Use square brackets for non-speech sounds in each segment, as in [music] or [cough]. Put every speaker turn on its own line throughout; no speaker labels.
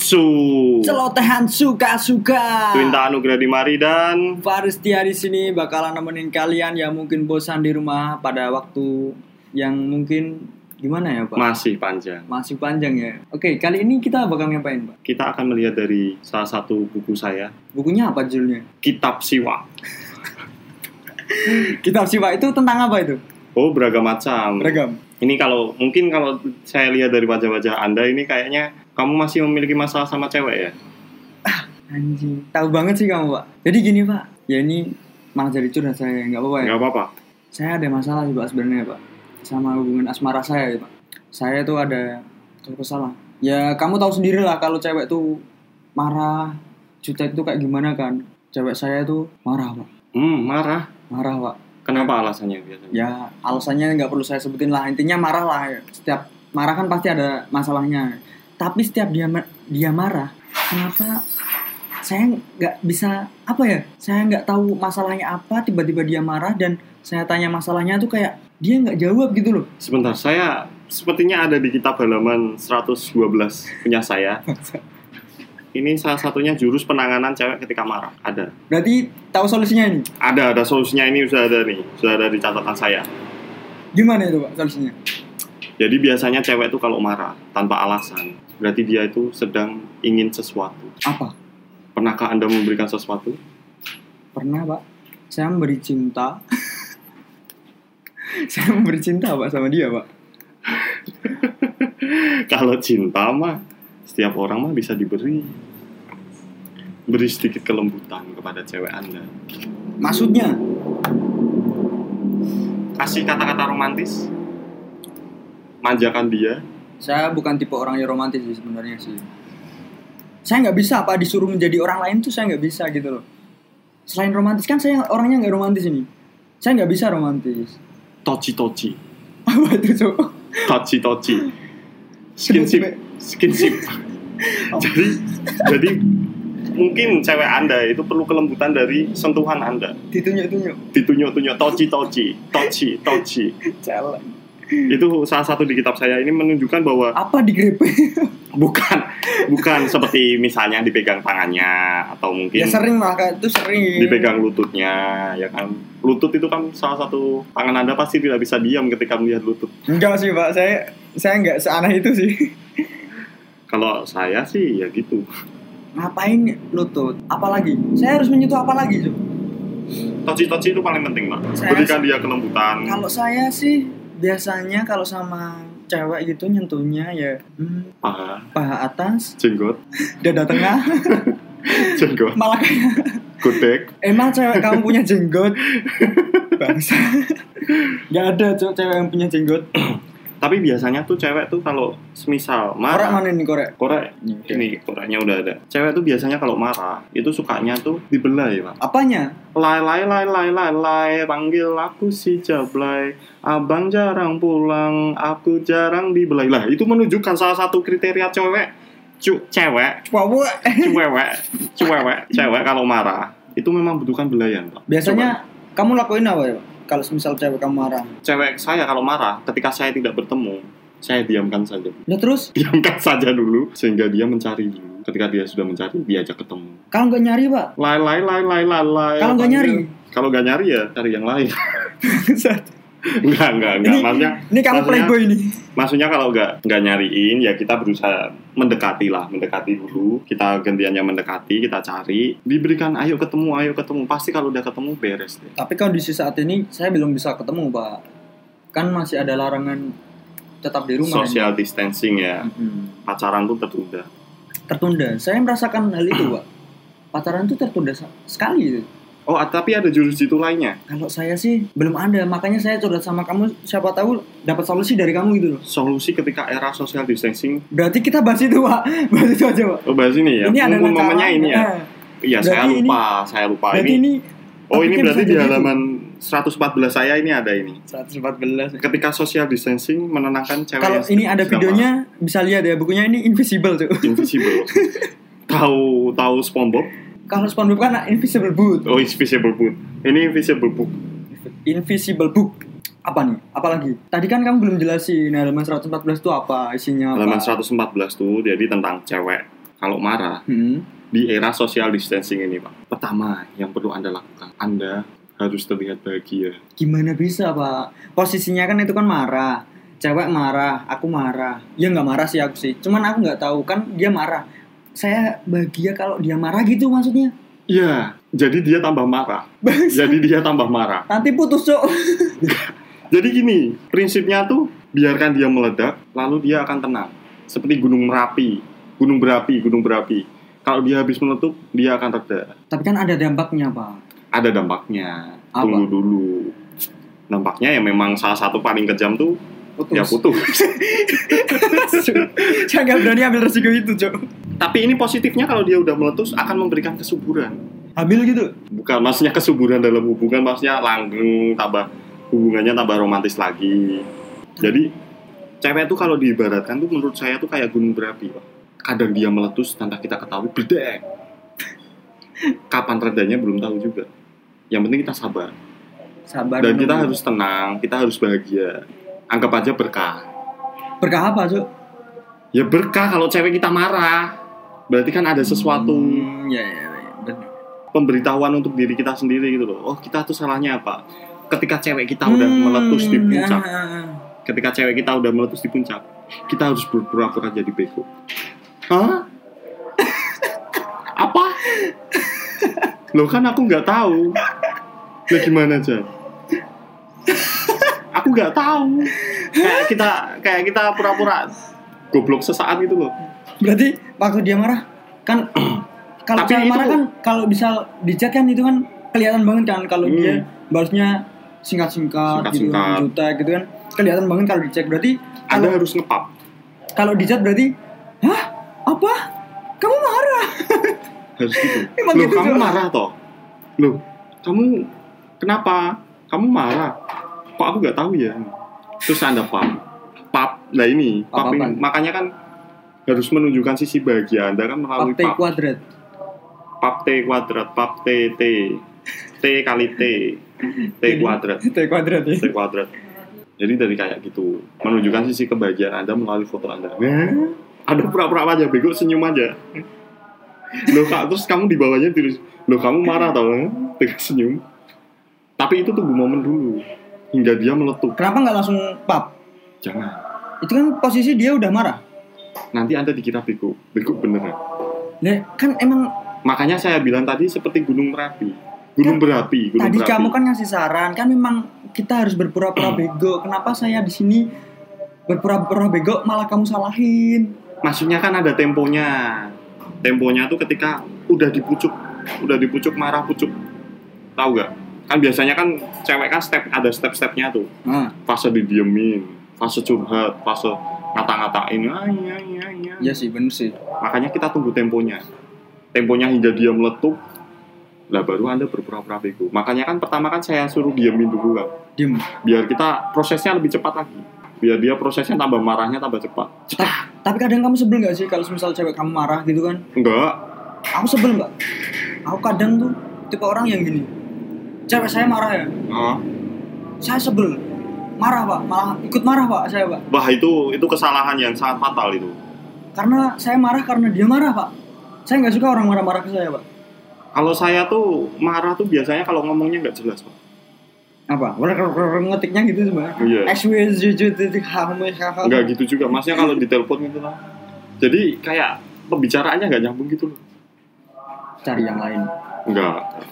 Su
Celotehan suka-suka.
Iya. Twinta Anugrah Dimari dan
Faris Tia di sini bakalan nemenin kalian yang mungkin bosan di rumah pada waktu yang mungkin gimana ya, Pak?
masih panjang
Masih panjang ya. Oke, kali ini kita bakal ngapain, Pak?
kita akan melihat dari salah satu buku saya
Bukunya apa judulnya?
Kitab Siwa
Kitab Siwa itu tentang apa itu?
oh beragam macam
Beragam.
ini kalau mungkin kalau saya lihat dari wajah-wajah anda ini kayaknya kamu masih memiliki masalah sama cewek ya
Anjing, tahu banget sih kamu, Pak. Jadi gini, Pak. Ya ini malah jadi curhat saya, nggak apa-apa ya.
nggak apa-apa
saya ada masalah sih pak sebenarnya pak sama hubungan asmara saya ya, pak saya tuh ada kalau salah ya kamu tahu sendiri lah kalau cewek tuh marah jutek tuh kayak gimana kan cewek saya tuh marah pak
hmm marah
marah pak
kenapa alasannya biasanya
ya alasannya nggak perlu saya sebutin lah intinya marah lah setiap marah kan pasti ada masalahnya tapi setiap dia ma- dia marah kenapa saya nggak bisa apa ya saya nggak tahu masalahnya apa tiba-tiba dia marah dan saya tanya masalahnya tuh kayak dia nggak jawab gitu loh
sebentar saya sepertinya ada di kitab halaman 112 punya saya ini salah satunya jurus penanganan cewek ketika marah ada
berarti tahu solusinya ini
Ada, ada solusinya ini sudah ada nih, sudah ada di catatan saya.
gimana itu pak solusinya
Jadi biasanya cewek itu kalau marah tanpa alasan, berarti dia itu sedang ingin sesuatu.
apa
Pernahkah Anda memberikan sesuatu? [laughs]
pernah pak saya memberi cinta [laughs] saya memberi cinta pak sama dia pak
Kalau cinta mah setiap orang mah bisa diberi. Beri sedikit kelembutan kepada cewek Anda.
maksudnya
Kasih kata-kata romantis. Manjakan dia.
saya bukan tipe orang yang romantis sih sebenarnya sih saya nggak bisa apa disuruh menjadi orang lain tuh saya nggak bisa gitu loh selain romantis kan saya orangnya nggak romantis ini saya nggak bisa romantis [laughs]
Toci-toci.
apa itu cowok
Toci-toci. Skinship.
[laughs]
Skinship.
Oh.
jadi jadi mungkin cewek anda itu perlu kelembutan dari sentuhan anda
ditunjuk tunjuk
ditunjuk-tunjuk toci toci toci toci
celeng
itu salah satu di kitab saya ini menunjukkan bahwa
apa digrepe
bukan bukan seperti misalnya dipegang tangannya atau mungkin
ya sering lah kayak itu sering
dipegang lututnya ya kan lutut itu kan salah satu tangan anda pasti tidak bisa diam ketika melihat lutut
enggak sih pak saya saya nggak seaneh itu sih [laughs]
kalau saya sih ya gitu
ngapain lutut apalagi saya harus menyentuh apa lagi Cuk?
toci toci itu paling penting pak
Saya-
berikan dia kelembutan
kalau saya sih biasanya kalau sama cewek gitu nyentuhnya ya hmm,
paha
paha atas
jenggot [laughs]
dada tengah [laughs]
jenggot
malah kayak
gudeg
emang cewek kamu punya jenggot bangsa nggak ada cowok cewek yang punya jenggot
Tapi biasanya tuh cewek tuh kalau semisal
korek
marah
mana ini korek
korek ini koreknya udah ada. Cewek tuh biasanya kalau marah itu sukanya tuh dibelai, Pak.
apanya
Lai lai lai lai lai lai panggil aku si Jablay. Abang jarang pulang, aku jarang dibelai. Lah, itu menunjukkan salah satu kriteria cewek. Cu
[laughs]
cewek,
Wawo.
cewek, cewek, cewek kalau marah itu memang butuhkan belayan, Pak.
biasanya kamu lakuin apa ya Pak? kalau misal cewek kamu marah
Coba, cewek saya kalau marah ketika saya tidak bertemu, saya diamkan saja. [laughs]
ya terus
diamkan saja dulu sehingga dia mencari dulu ketika dia sudah mencari diajak ketemu
kalau nggak nyari pak
lai lai lai lai lai lai
kalau nggak nyari [laughs]
kalau nggak nyari ya cari yang lain [laughs] nggak nggak nggak
ini,
maksudnya
ini kamu
maksudnya-
playboy ini
maksudnya kalau nggak nggak nyariin ya kita berusaha mendekati lah mendekati dulu kita gantiannya mendekati kita cari diberikan ayo ketemu ayo ketemu pasti kalau udah ketemu beres deh
tapi kondisi saat ini saya belum bisa ketemu pak kan masih ada larangan tetap di rumah ini.
social distancing ya
Mhm.
pacaran tuh tertunda
tertunda. Saya merasakan hal itu, Pak. Pacaran itu tertunda sa- sekali. gitu.
oh tapi ada jurus jitu lainnya
Kalau saya sih belum ada, makanya saya curhat sama kamu. Siapa tahu dapat solusi dari kamu gitu loh.
solusi ketika era social distancing
Berarti kita bahas itu, Pak. [laughs] Bahas itu aja, Pak.
oh bahas ini ya mumpung
rencana.
momennya ini ya
Nah,
Iya, saya
Berarti ini-
lupa, saya lupa
berarti
ini.
ini
oh, ini
topiknya
berarti
bisa
di
jadi
halaman 114 saya ini ada ini.
114.
Ketika social distancing menenangkan cewek.
Kalau
yang
ini ada
sedang
videonya bisa lihat ya bukunya ini invisible tuh.
marah. [laughs] invisible. tahu tahu SpongeBob?
[laughs] Kalau SpongeBob kan invisible book.
Oh, invisible book. Ini invisible book.
Invisible book. Apa nih? Apalagi? Tadi kan kamu belum jelasin halaman 114 itu apa isinya apa?
Halaman 114 tuh jadi tentang cewek. kalau marah
Hmm.
di era social distancing ini pak pertama yang perlu anda lakukan anda harus terlihat bahagia
Gimana bisa pak? Posisinya kan itu kan marah. Cewek marah, aku marah. Ya nggak marah sih aku sih. Cuman aku nggak tahu kan dia marah. Saya bahagia kalau dia marah gitu maksudnya.
iya jadi dia tambah marah
Bangsa.
jadi dia tambah marah
Nanti putus cok.
jadi gini prinsipnya tuh biarkan dia meledak lalu dia akan tenang seperti gunung merapi gunung berapi gunung berapi kalau dia habis meletup dia akan reda
[laughs] Tapi kan ada dampaknya pak.
ada dampaknya.
Apa?
Tunggu dulu. Dampaknya ya memang salah satu paling kejam tuh ya
[laughs]
putus.
Saya nggak berani ambil resiko itu cok.
Tapi ini positifnya kalau dia udah meletus akan memberikan kesuburan.
Ambil gitu.
Bukan maksudnya kesuburan dalam hubungan, maksudnya langgeng tambah hubungannya tambah romantis lagi. Jadi cewek tuh kalau diibaratkan tuh menurut saya tuh kayak gunung berapi, Pak. Kadang dia meletus tanpa kita ketahui bedek. Kapan redanya belum tahu juga. Yang penting kita sabar.
Sabar.
dan kita
menunggu.
harus tenang, kita harus bahagia. Anggap aja berkah.
berkah apa cok?
Ya berkah kalau cewek kita marah. Berarti kan ada sesuatu
Hmm, ya, ya, ya, benar.
pemberitahuan untuk diri kita sendiri gitu loh. Oh, kita tuh salahnya apa? Ketika cewek kita udah
Hmm,
meletus di
ya,
puncak,
ya, ya.
ketika cewek kita udah meletus di puncak, kita harus berpura-pura jadi bego. Hah?
[laughs]
apa? Loh kan aku nggak tahu. Lah gimana aja? aku nggak tahu. Kayak kita kayak kita pura-pura goblok sesaat gitu loh.
Berarti waktu dia marah
[clears throat]
kan kalau
Tapi
cewek
itu-
marah kan kalau bisa dicat kan itu kan kelihatan banget kan kalau
Hmm.
dia balasnya singkat-singkat gitu
Singkat-singkat.
juta gitu kan kelihatan banget kalau dicek berarti
Anda
kalau
harus ngepap.
kalau dicat berarti hah apa kamu
[laughs]
marah
harus gitu.
Emang
Loh,
gitu,
kamu
Cok?
marah toh? Loh, kamu kenapa? Kamu marah? Kok aku nggak tahu ya? Terus anda pap, pap, nah ini, pap
Apa-apa?
ini. Makanya kan harus menunjukkan sisi bahagia anda kan melalui
Partai
pap,
kuadrat [laughs]
pap t kuadrat, pap t t, t kali t, t kuadrat,
Partai kuadrat ya
t kuadrat. Jadi dari kayak gitu, menunjukkan sisi kebahagiaan anda melalui foto anda. Ada pura-pura aja, bego senyum aja. Loh kak, terus kamu di bawahnya tulis, loh kamu marah tau, eh?" dengan senyum. Tapi itu tunggu momen dulu, hingga dia meletup.
kenapa nggak langsung pap
Jangan,
itu kan posisi dia udah marah
nanti anda dikira bego, bego beneran.
Lah, kan emang
Makanya saya bilang tadi seperti gunung merapi, gunung berapi, gunung
Kan Tadi
berapi.
kamu kan ngasih saran, kan memang kita harus berpura-pura bego. Kenapa saya di sini berpura-pura bego malah kamu salahin?
Maksudnya kan ada temponya, temponya tuh ketika udah dipucuk, udah dipucuk marah pucuk, tahu gak? Kan biasanya kan cewek kan step ada step-stepnya tuh.
Nah,
fase didiemin, fase curhat, fase ngata-ngatain, "Ay, ay, ay, ay."
iya sih, bener sih.
Makanya kita tunggu temponya. Temponya hingga dia meletup, lah baru Anda berpura-pura bego. Makanya kan pertama kan saya suruh diemin dulu kan,
Diem.
biar kita prosesnya lebih cepat lagi. Biar dia prosesnya tambah marahnya tambah cepat.
Ta- tapi kadang kamu sebel nggak sih kalau misal cewek kamu marah gitu kan?
Enggak,
Aku sebel nggak? Aku kadang tuh tipe orang yang gini. Cewek saya marah ya,
ah,
saya sebel. Marah pak, malah ikut marah pak saya pak.
wah itu itu kesalahan yang sangat fatal itu.
Karena saya marah karena dia marah pak. Saya nggak suka orang marah-marah ke saya pak.
Kalau saya tuh marah tuh biasanya kalau ngomongnya nggak jelas, Pak.
apa ngetiknya gitu sebenarnya
Iya.
enggak
Enggak gitu juga, maksudnya kalau ditelepon gitu lah. Jadi kayak pembicaraannya nggak nyambung gitu loh.
cari yang lain
Enggak.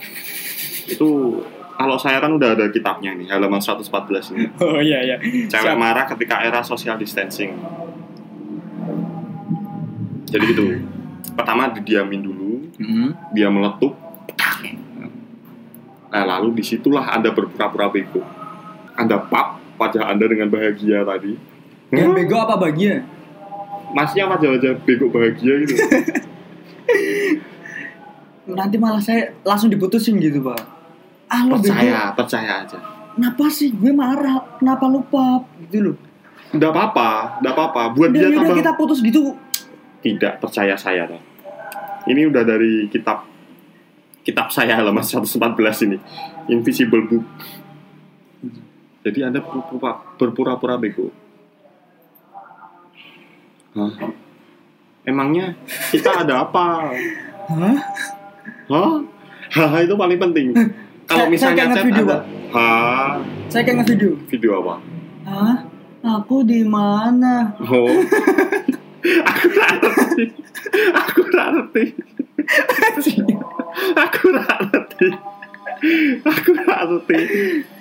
Itu kalau saya kan udah ada kitabnya nih, halaman 114 ini.
oh iya iya
Cewek
Siap.
marah ketika era social distancing. Jadi gitu. Pertama didiamin dulu,
Hmm.
dia meletup. Nah, lalu disitulah Anda berpura-pura bego. Anda pap wajah Anda dengan bahagia tadi. Hah?
yang Iya, bego apa bahagia
Masnya wajah-wajah bego bahagia
[laughs] Iya,
gitu.
nanti malah saya langsung diputusin gitu pak ah lu bego
percaya, percaya aja.
kenapa sih gue marah kenapa lu pap gitu loh
Enggak apa-apa, enggak apa-apa. Buat
udah
dia
udah
tambah
kita putus gitu
tidak percaya saya Teh. Ini udah dari kitab kitab saya halaman 114 ini. Invisible Book. Jadi Anda berpura- berpura-pura bego. Hah? Emangnya kita ada apa?
Hah?
Hah? Hah itu paling
[laughs]
penting. Kalau
Saya- saya
misalnya
kayak
chat
nge-video,
ada,
Pak.
hah?
Saya kayak nge-video.
Video apa?
Hah? Aku di mana?
Oh. aku gak ngerti. Aku gak ngerti. Aku gak ngerti. Aku gak ngerti.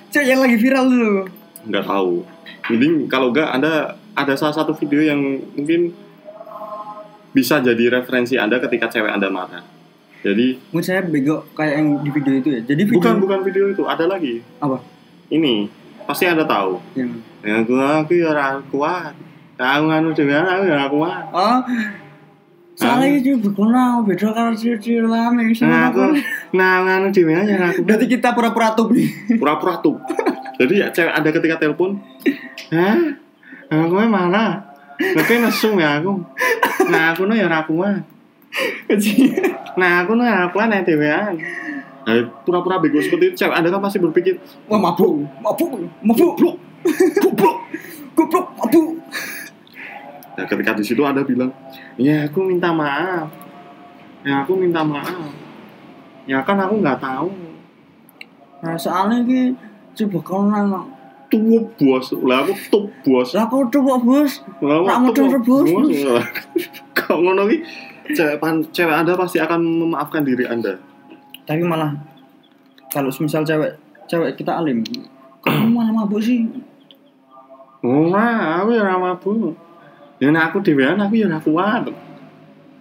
Cek yang lagi viral dulu.
Nggak tahu. Mending kalau nggak Anda ada salah satu video yang mungkin bisa jadi referensi Anda ketika cewek Anda marah. Jadi
Menurut saya bego kayak yang di video itu ya. Jadi video
bukan bukan video itu, ada lagi.
Apa?
Ini pasti Anda tahu.
Yang,
Ya gua aku ya ora kuat. Aku nganu dengan aku ya ora kuat.
oh, soalnya itu berkenal beda karo ciri-ciri lama yang
Nah,
sama
aku
aku.
nah nganu dengan ya ora kuat.
Berarti kita pura-pura tuh
pura-pura tuh jadi ya cewek ada ketika telepon hah aku mah mana tapi nesung ya aku nah aku nih ya ora kuat nah aku nih ya ora kuat nih dewean nah, pura-pura bego seperti itu cewek ada kan pasti berpikir
[laughs] Wah mabuk, mabuk, mabuk,
goblok goblok
goblok, mabuk.
nah ketika di situ ada bilang ya aku minta maaf ya aku minta maaf ya kan aku nggak tahu
Nah, soalnya ini coba kau nang.
tuh bos lah aku tuh bos
Lah kau coba bos, Lah,
Lama
model rebus.
[laughs] Kau ngono ki cewek pan- cewek Anda pasti akan memaafkan diri Anda.
tapi malah kalau semisal cewek cewek kita alim, kok kamu malah mabuk sih?
Ora, aku ya ora mabuk. Ya nek aku dhewean aku ya ora kuat.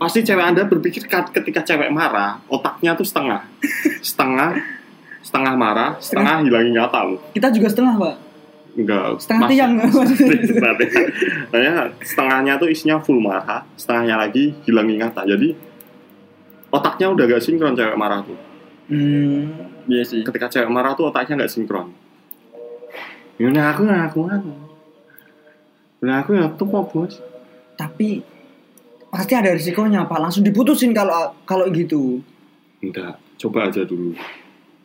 Pasti cewek Anda berpikir kat- ketika cewek marah, otaknya tuh setengah. Setengah setengah marah, setengah hilang ingatan.
Kita juga setengah pak,
Enggak.
setengah
masih-
tiang.
[laughs]
[laughs]
setengah tiang. Makanya setengahnya tuh isinya full marah, setengahnya lagi hilang ingatan. Jadi otaknya udah gak sinkron cewek marah tuh.
hmm, iya sih.
ketika cewek marah tuh otaknya nggak sinkron ya udah aku ya aku kan udah aku ya tuh kok bos
Tapi pasti ada risikonya pak, langsung diputusin kalau kalau gitu.
enggak coba aja dulu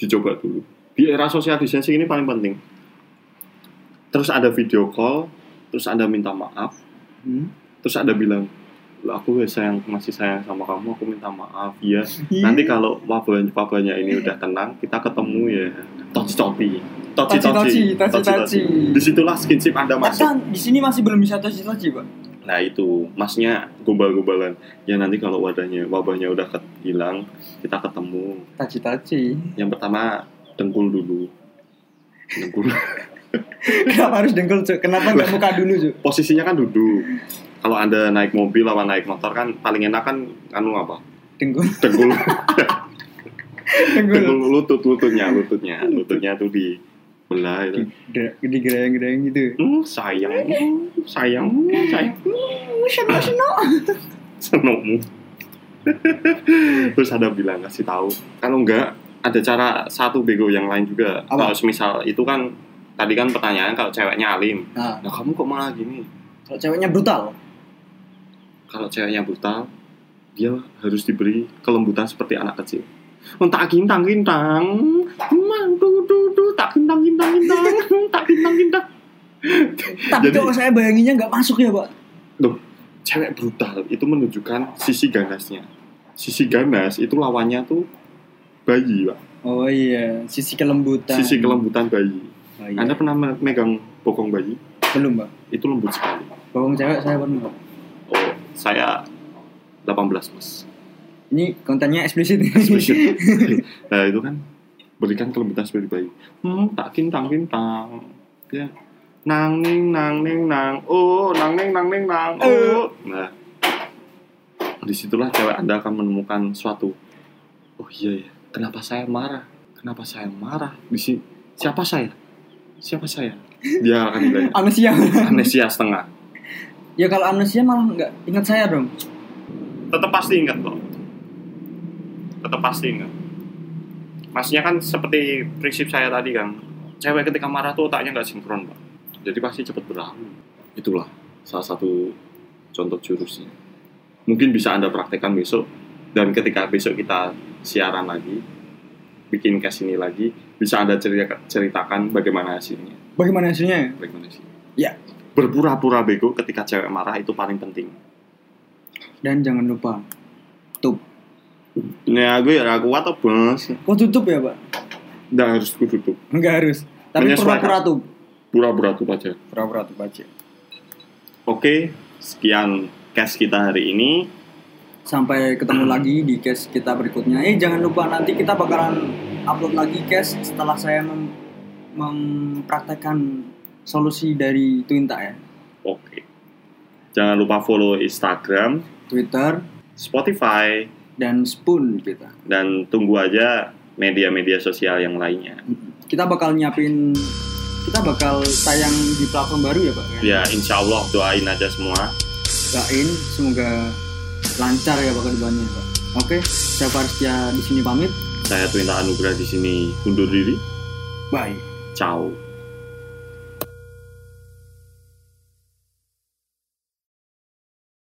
dicoba dulu di era social distancing ini paling penting terus ada video call terus ada minta maaf
Hmm?
terus ada bilang "Loh, aku ya sayang masih sayang sama kamu aku minta maaf ya nanti kalau wabahnya wabahnya ini udah tenang kita ketemu ya toci toci toci toci
taci taci taci.
disitulah skinship anda masuk
Kan di sini masih belum bisa taci taci pak.
Nah itu, masnya gombal-gombalan. Ya nanti kalau wadahnya, wabahnya udah ket- hilang, kita ketemu.
Taci taci.
Yang pertama, dengkul dulu. Dengkul. [laughs]
Kenapa harus dengkul cuk? Kenapa nggak muka dulu cuk?
Posisinya kan duduk. Kalau anda naik mobil sama naik motor kan paling enak kan anu apa?
Dengkul,
Dengkul,
dengkul.
[laughs] dengkul lutut, lututnya, lututnya, lututnya tuh di belah itu.
Gede gerayang-gerayang gitu.
Hmm, sayang, hmm, sayang, hmm, sayang,
Seno seno.
senengmu. Terus ada bilang kasih tahu. Kalau enggak ada cara satu bego yang lain juga. Kalau
Apa?
semisal itu kan tadi kan pertanyaan kalau ceweknya alim.
Nah,
Nah kamu kok malah gini?
kalau ceweknya brutal.
Kalau ceweknya brutal, dia harus diberi kelembutan seperti anak kecil. Oh, tak kintang kintang, mang du du du tak kintang kintang kintang, tak kintang kintang.
Tapi
Jadi-
kalau saya bayanginnya nggak masuk ya pak.
Cewek brutal itu menunjukkan sisi ganasnya. Sisi ganas itu lawannya tuh bayi, Pak.
Oh iya, sisi kelembutan.
sisi kelembutan bayi.
Oh, iya.
Anda pernah me- megang bokong bayi?
belum pak?
Itu lembut sekali.
Bawang cewek saya pernah. Pak.
Oh, saya 18 mas.
Ini kontennya eksplisit.
Spesial. [laughs] nah itu kan berikan kelembutan seperti bayi. Hmm, tak kintang kintang. Ya. Nang ning nang ning nang. Oh, nang ning nang ning nang. Oh. Nah. Disitulah cewek Anda akan menemukan suatu. Oh iya ya. Kenapa saya marah? Kenapa saya marah? Di sini siapa saya? Siapa saya? Dia akan bilang
[laughs]
[laughs]
amnesia. [laughs]
amnesia setengah
ya kalau amnesia malah nggak ingat saya dong.
tetap pasti ingat kok tetap pasti ingat maksudnya kan seperti prinsip saya tadi kan cewek ketika marah tuh otaknya nggak sinkron pak jadi pasti cepet berlalu itulah salah satu contoh jurusnya mungkin bisa anda praktekkan besok dan ketika besok kita siaran lagi bikin case ini lagi bisa anda cerita- ceritakan bagaimana hasilnya
Bagaimana hasilnya?
bagaimana sih
Ya.
berpura-pura bego ketika cewek marah itu paling penting
Dan jangan lupa tutup.
Ya aku ya aku kuat apa bos?
Oh tutup ya pak?
Nggak harus ku tutup.
Enggak harus. Tapi
Menyesuaikan.
pura-pura tuh.
Pura-pura tuh aja.
Pura-pura tuh aja.
Oke, sekian cash kita hari ini.
Sampai ketemu lagi di case kita berikutnya. Eh jangan lupa nanti kita bakalan upload lagi case setelah saya mem- mempraktekkan solusi dari Twinta ya.
Oke. Jangan lupa follow Instagram,
Twitter
Spotify,
dan Spoon kita.
dan tunggu aja media-media sosial yang lainnya.
Kita bakal nyiapin kita bakal tayang di platform baru ya pak? ya?
Ya, insya Allah doain aja semua.
doain semoga lancar ya pak kedepannya pak. Oke, saya Farstia di sini pamit.
Saya Twinta Anugrah di sini undur diri.
Bye.
Ciao.